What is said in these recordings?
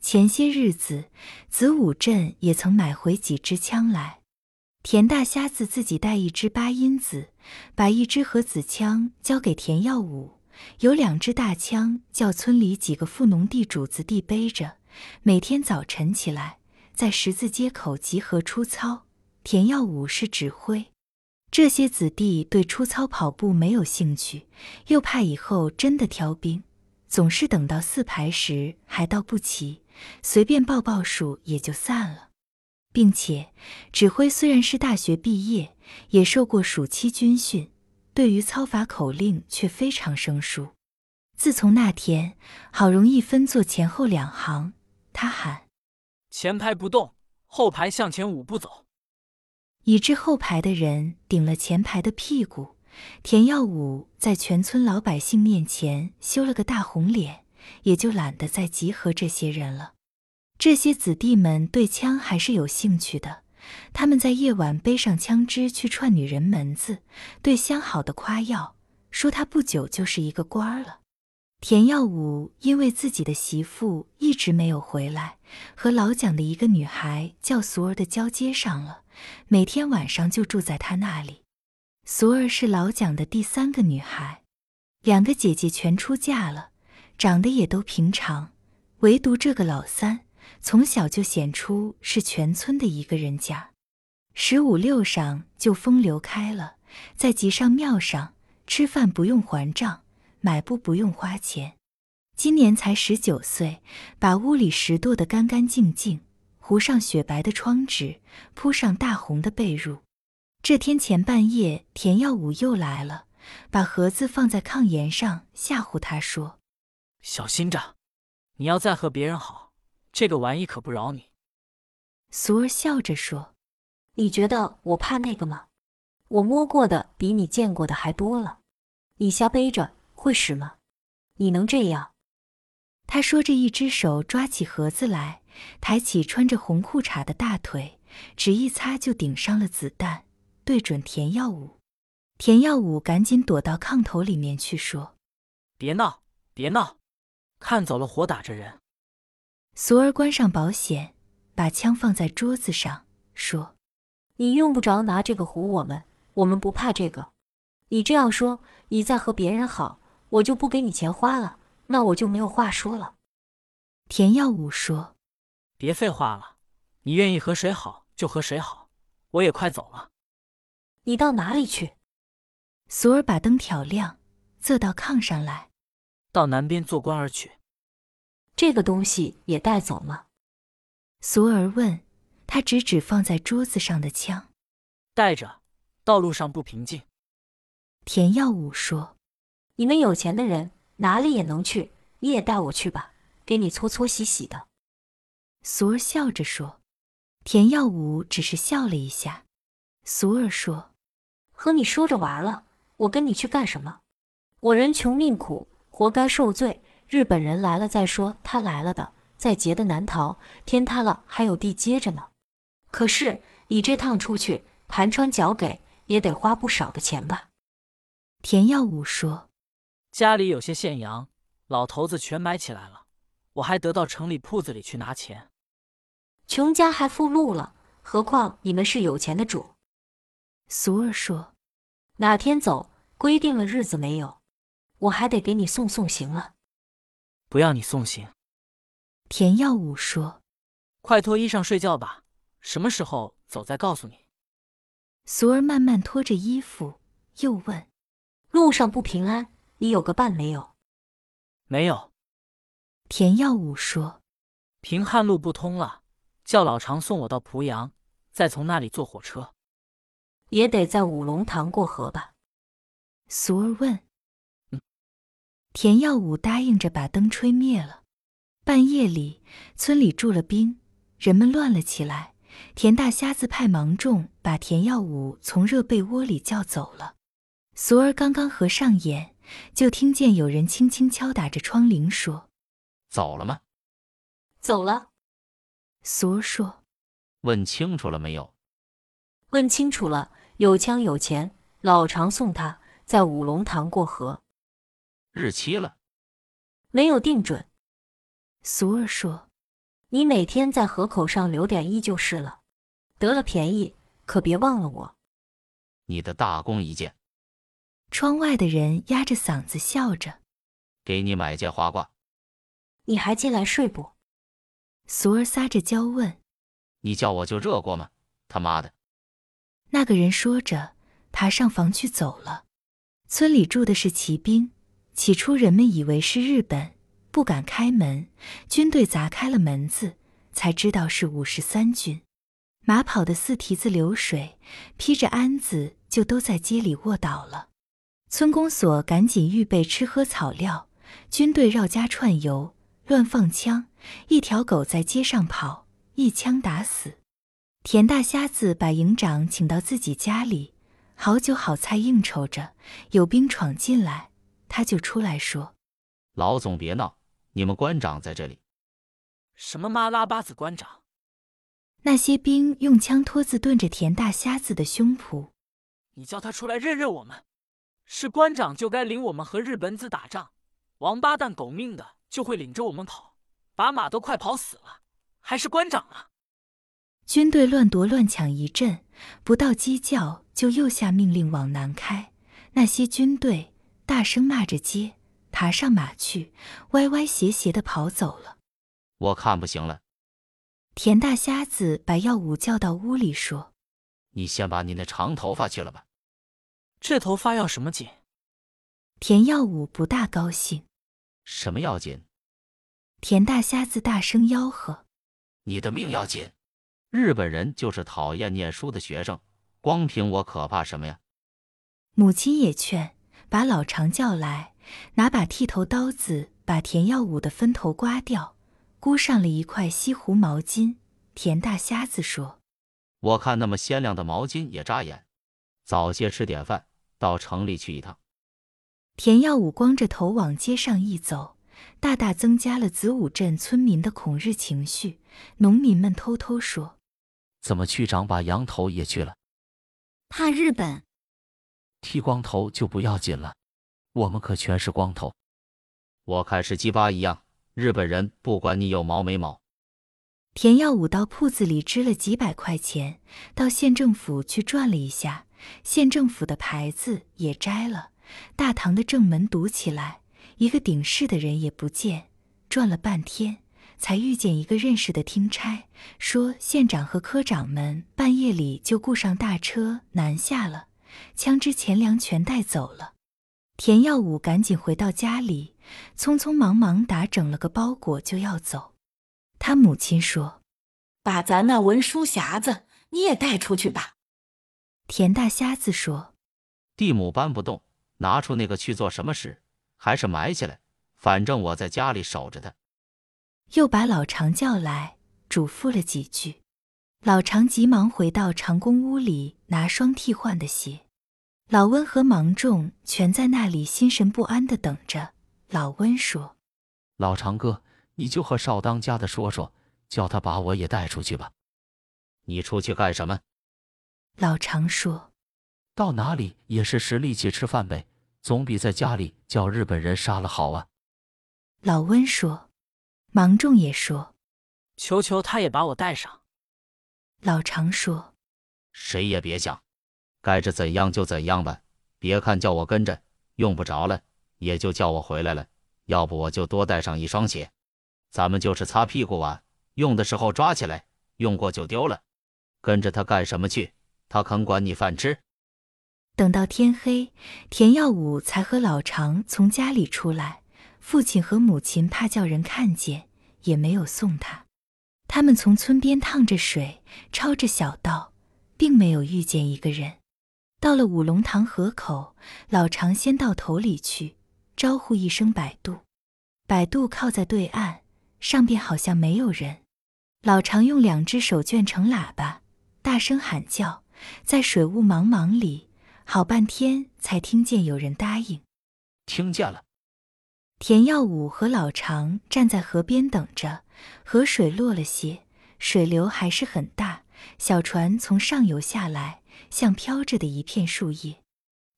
前些日子，子午镇也曾买回几支枪来。田大瞎子自己带一支八音子，把一支和子枪交给田耀武，有两支大枪叫村里几个富农地主子弟背着，每天早晨起来在十字街口集合出操。田耀武是指挥。这些子弟对出操跑步没有兴趣，又怕以后真的挑兵，总是等到四排时还到不齐，随便报报数也就散了。并且，指挥虽然是大学毕业，也受过暑期军训，对于操法口令却非常生疏。自从那天好容易分坐前后两行，他喊前排不动，后排向前五步走。以致后排的人顶了前排的屁股。田耀武在全村老百姓面前羞了个大红脸，也就懒得再集合这些人了。这些子弟们对枪还是有兴趣的，他们在夜晚背上枪支去串女人门子，对相好的夸耀，说他不久就是一个官儿了。田耀武因为自己的媳妇一直没有回来，和老蒋的一个女孩叫俗儿的交接上了。每天晚上就住在他那里。俗儿是老蒋的第三个女孩，两个姐姐全出嫁了，长得也都平常，唯独这个老三从小就显出是全村的一个人家。十五六上就风流开了，在集上庙上吃饭不用还账，买布不用花钱。今年才十九岁，把屋里拾掇得干干净净，糊上雪白的窗纸，铺上大红的被褥。这天前半夜，田耀武又来了，把盒子放在炕沿上，吓唬他说小心着，你要再和别人好，这个玩意可不饶你。：“俗儿笑着说，你觉得我怕那个吗？我摸过的比你见过的还多了。你瞎背着会使吗？你能这样？他说着一只手抓起盒子来，抬起穿着红裤衩的大腿，只一擦就顶上了子弹，对准田耀武。田耀武赶紧躲到炕头里面去说。别闹，别闹，看走了火打着人。俗儿关上保险，把枪放在桌子上，说你用不着拿这个唬我们，我们不怕这个。你这样说，你再和别人好，我就不给你钱花了，那我就没有话说了。：“田耀武说。”别废话了，你愿意和谁好就和谁好，我也快走了。你到哪里去？俗儿把灯挑亮，坐到炕上来。到南边做官儿去。这个东西也带走吗？俗儿问，他指指放在桌子上的枪。带着，道路上不平静。田耀武说你们有钱的人哪里也能去，你也带我去吧，给你搓搓洗洗的。：“俗儿笑着说。”田耀武只是笑了一下。俗儿说和你说着玩儿了，我跟你去干什么？我人穷命苦，活该受罪。日本人来了再说，他来了的，在劫的难逃，天塌了还有地接着呢。可是你这趟出去，盘川脚给也得花不少的钱吧？：“田耀武说。家里有些现羊，老头子全买起来了，我还得到城里铺子里去拿钱。穷家还富路了，何况你们是有钱的主。”俗儿说哪天走，规定了日子没有，我还得给你送送行了。不要你送行，：“田耀武说。快脱衣裳睡觉吧。什么时候走再告诉你。”俗儿慢慢脱着衣服，又问路上不平安，你有个伴没有？没有，田耀武说平汉路不通了，叫老常送我到濮阳，再从那里坐火车。也得在五龙堂过河吧？：“俗儿问。嗯”田耀武答应着把灯吹灭了。半夜里，村里住了兵，人们乱了起来。田大瞎子派芒种把田耀武从热被窝里叫走了。俗儿刚刚合上眼，就听见有人轻轻敲打着窗棂，说走了吗？走了。：“俗儿说，问清楚了没有？问清楚了，有枪有钱，老常送他在五龙堂过河，日期了？没有定准。俗儿说，你每天在河口上留点意就是了。得了便宜可别忘了我。你的大功一件，窗外的人压着嗓子笑着。给你买件花褂。你还进来睡不？俗儿撒着娇问。你叫我就热过吗？他妈的！那个人说着，爬上房去走了。村里住的是骑兵，起初人们以为是日本，不敢开门。军队砸开了门子，才知道是五十三军。马跑得似蹄子流水，披着鞍子就都在街里卧倒了。村公所赶紧预备吃喝草料，军队绕家串游，乱放枪。一条狗在街上跑，一枪打死。田大瞎子把营长请到自己家里，好酒好菜应酬着，有兵闯进来，他就出来说老总别闹，你们官长在这里。什么妈拉巴子官长？那些兵用枪托子顿着田大瞎子的胸脯。你叫他出来认认我们，是官长就该领我们和日本子打仗，王八蛋狗命的就会领着我们跑，把马都快跑死了，还是官长啊！军队乱夺乱抢一阵，不到鸡叫就又下命令往南开。那些军队大声骂着街，爬上马去，歪歪斜斜的跑走了。我看不行了，田大瞎子把耀武叫到屋里说你先把你那长头发去了吧。这头发要什么紧？：“田耀武不大高兴。什么要紧？”田大瞎子大声吆喝你的命要紧。日本人就是讨厌念书的学生，光凭我可怕什么呀？：“母亲也劝，把老常叫来，拿把剃头刀子把田耀武的分头刮掉，箍上了一块西湖毛巾。”田大瞎子说。我看那么鲜亮的毛巾也扎眼。早些吃点饭，到城里去一趟。田耀武光着头往街上一走，大大增加了子午镇村民的恐日情绪。农民们偷偷说怎么区长把羊头也去了？怕日本，剃光头就不要紧了，我们可全是光头。我看是鸡巴一样，日本人不管你有毛没毛，：“田耀武到铺子里支了几百块钱，到县政府去转了一下，县政府的牌子也摘了，大堂的正门堵起来，一个顶事的人也不见。转了半天，才遇见一个认识的听差，说县长和科长们半夜里就雇上大车南下了，枪支钱粮全带走了。田耀武赶紧回到家里，匆匆忙忙打整了个包裹就要走。他母亲说把咱那文书匣子你也带出去吧。：“田大瞎子说，地母搬不动，拿出那个去做什么事？还是埋起来，反正我在家里守着它。又把老常叫来，嘱咐了几句。老常急忙回到长工屋里拿双替换的鞋。老温和芒种全在那里心神不安的等着。老温说。老长哥，你就和少当家的说说，叫他把我也带出去吧。你出去干什么？老常说，到哪里也是使力气吃饭呗，总比在家里叫日本人杀了好啊。老温说，芒种也说，求求他也把我带上。老常说，谁也别想，该是怎样就怎样吧。别看叫我跟着，用不着了，也就叫我回来了。要不我就多带上一双鞋，咱们就是擦屁股啊，用的时候抓起来，用过就丢了。跟着他干什么去？他肯管你饭吃？等到天黑，田耀武才和老常从家里出来。父亲和母亲怕叫人看见，也没有送他。他们从村边趟着水，抄着小道，并没有遇见一个人。到了五龙塘河口，老常先到头里去，招呼一声摆渡。摆渡靠在对岸，上边好像没有人。老常用两只手卷成喇叭，大声喊叫，在水雾茫茫里，好半天才听见有人答应。听见了，田耀武和老常站在河边等着，河水落了些，水流还是很大。小船从上游下来，像飘着的一片树叶。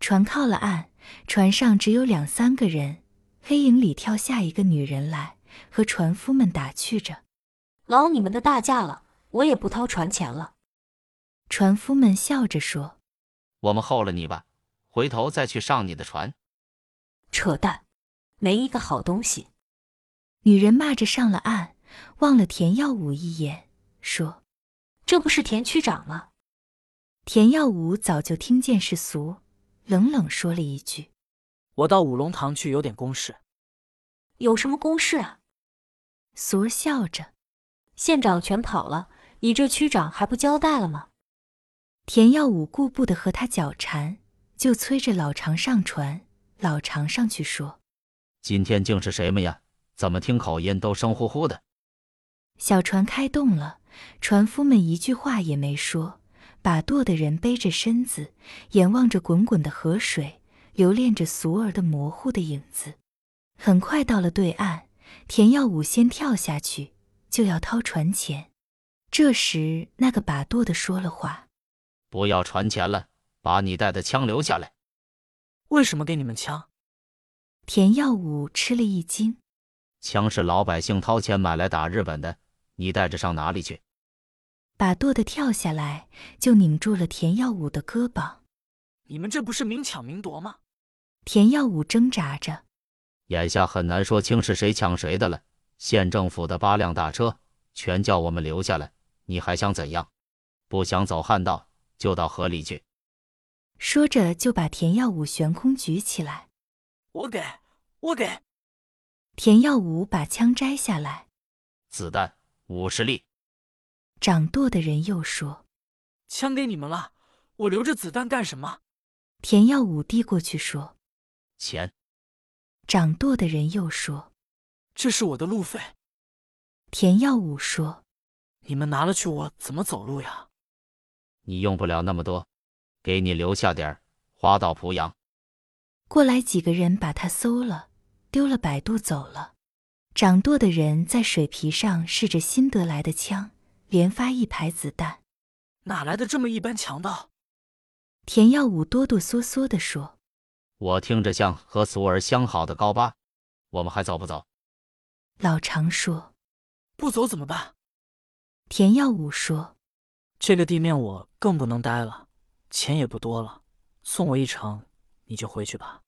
船靠了岸，船上只有两三个人。黑影里跳下一个女人来，和船夫们打趣着。劳你们的大驾了，我也不掏船钱了。船夫们笑着说我们候了你吧，回头再去上你的船。扯淡，没一个好东西。：“女人骂着上了岸，望了田耀武一眼，说这不是田区长吗？：‘田耀武早就听见是俗，冷冷说了一句。’我到五龙堂去有点公事。有什么公事啊？俗儿笑着。县长全跑了，你这区长还不交代了吗？田耀武顾不得和他纠缠，就催着老常上船。老常上去说今天竟是谁们呀？怎么听口音都生乎乎的？：“小船开动了。”船夫们一句话也没说，把舵的人背着身子，眼望着滚滚的河水，留恋着俗儿的模糊的影子。很快到了对岸，田耀武先跳下去，就要掏船钱。这时，那个把舵的说了话。不要船钱了，把你带的枪留下来。为什么给你们枪？田耀武吃了一惊，枪是老百姓掏钱买来打日本的，你带着上哪里去？把舵的跳下来，就拧住了田耀武的胳膊。你们这不是明抢明夺吗？田耀武挣扎着，眼下很难说清是谁抢谁的了。县政府的八辆大车全叫我们留下来，你还想怎样？不想走旱道，就到河里去。说着就把田耀武悬空举起来。我给，我给。田耀武把枪摘下来，子弹五十粒，掌舵的人又说枪给你们了，我留着子弹干什么？：“田耀武递过去说。钱。”掌舵的人又说这是我的路费，：“田耀武说。你们拿了去我怎么走路呀？你用不了那么多，给你留下点儿，花到濮阳。”过来几个人把他搜了，丢了摆渡走了。掌舵的人在水皮上试着新得来的枪，连发一排子弹。哪来的这么一般强盗？田耀武哆哆嗦嗦地说。我听着像和俗儿相好的高八，我们还走不走？老常说，不走怎么办？田耀武说，这个地面我更不能待了，钱也不多了，送我一程，你就回去吧。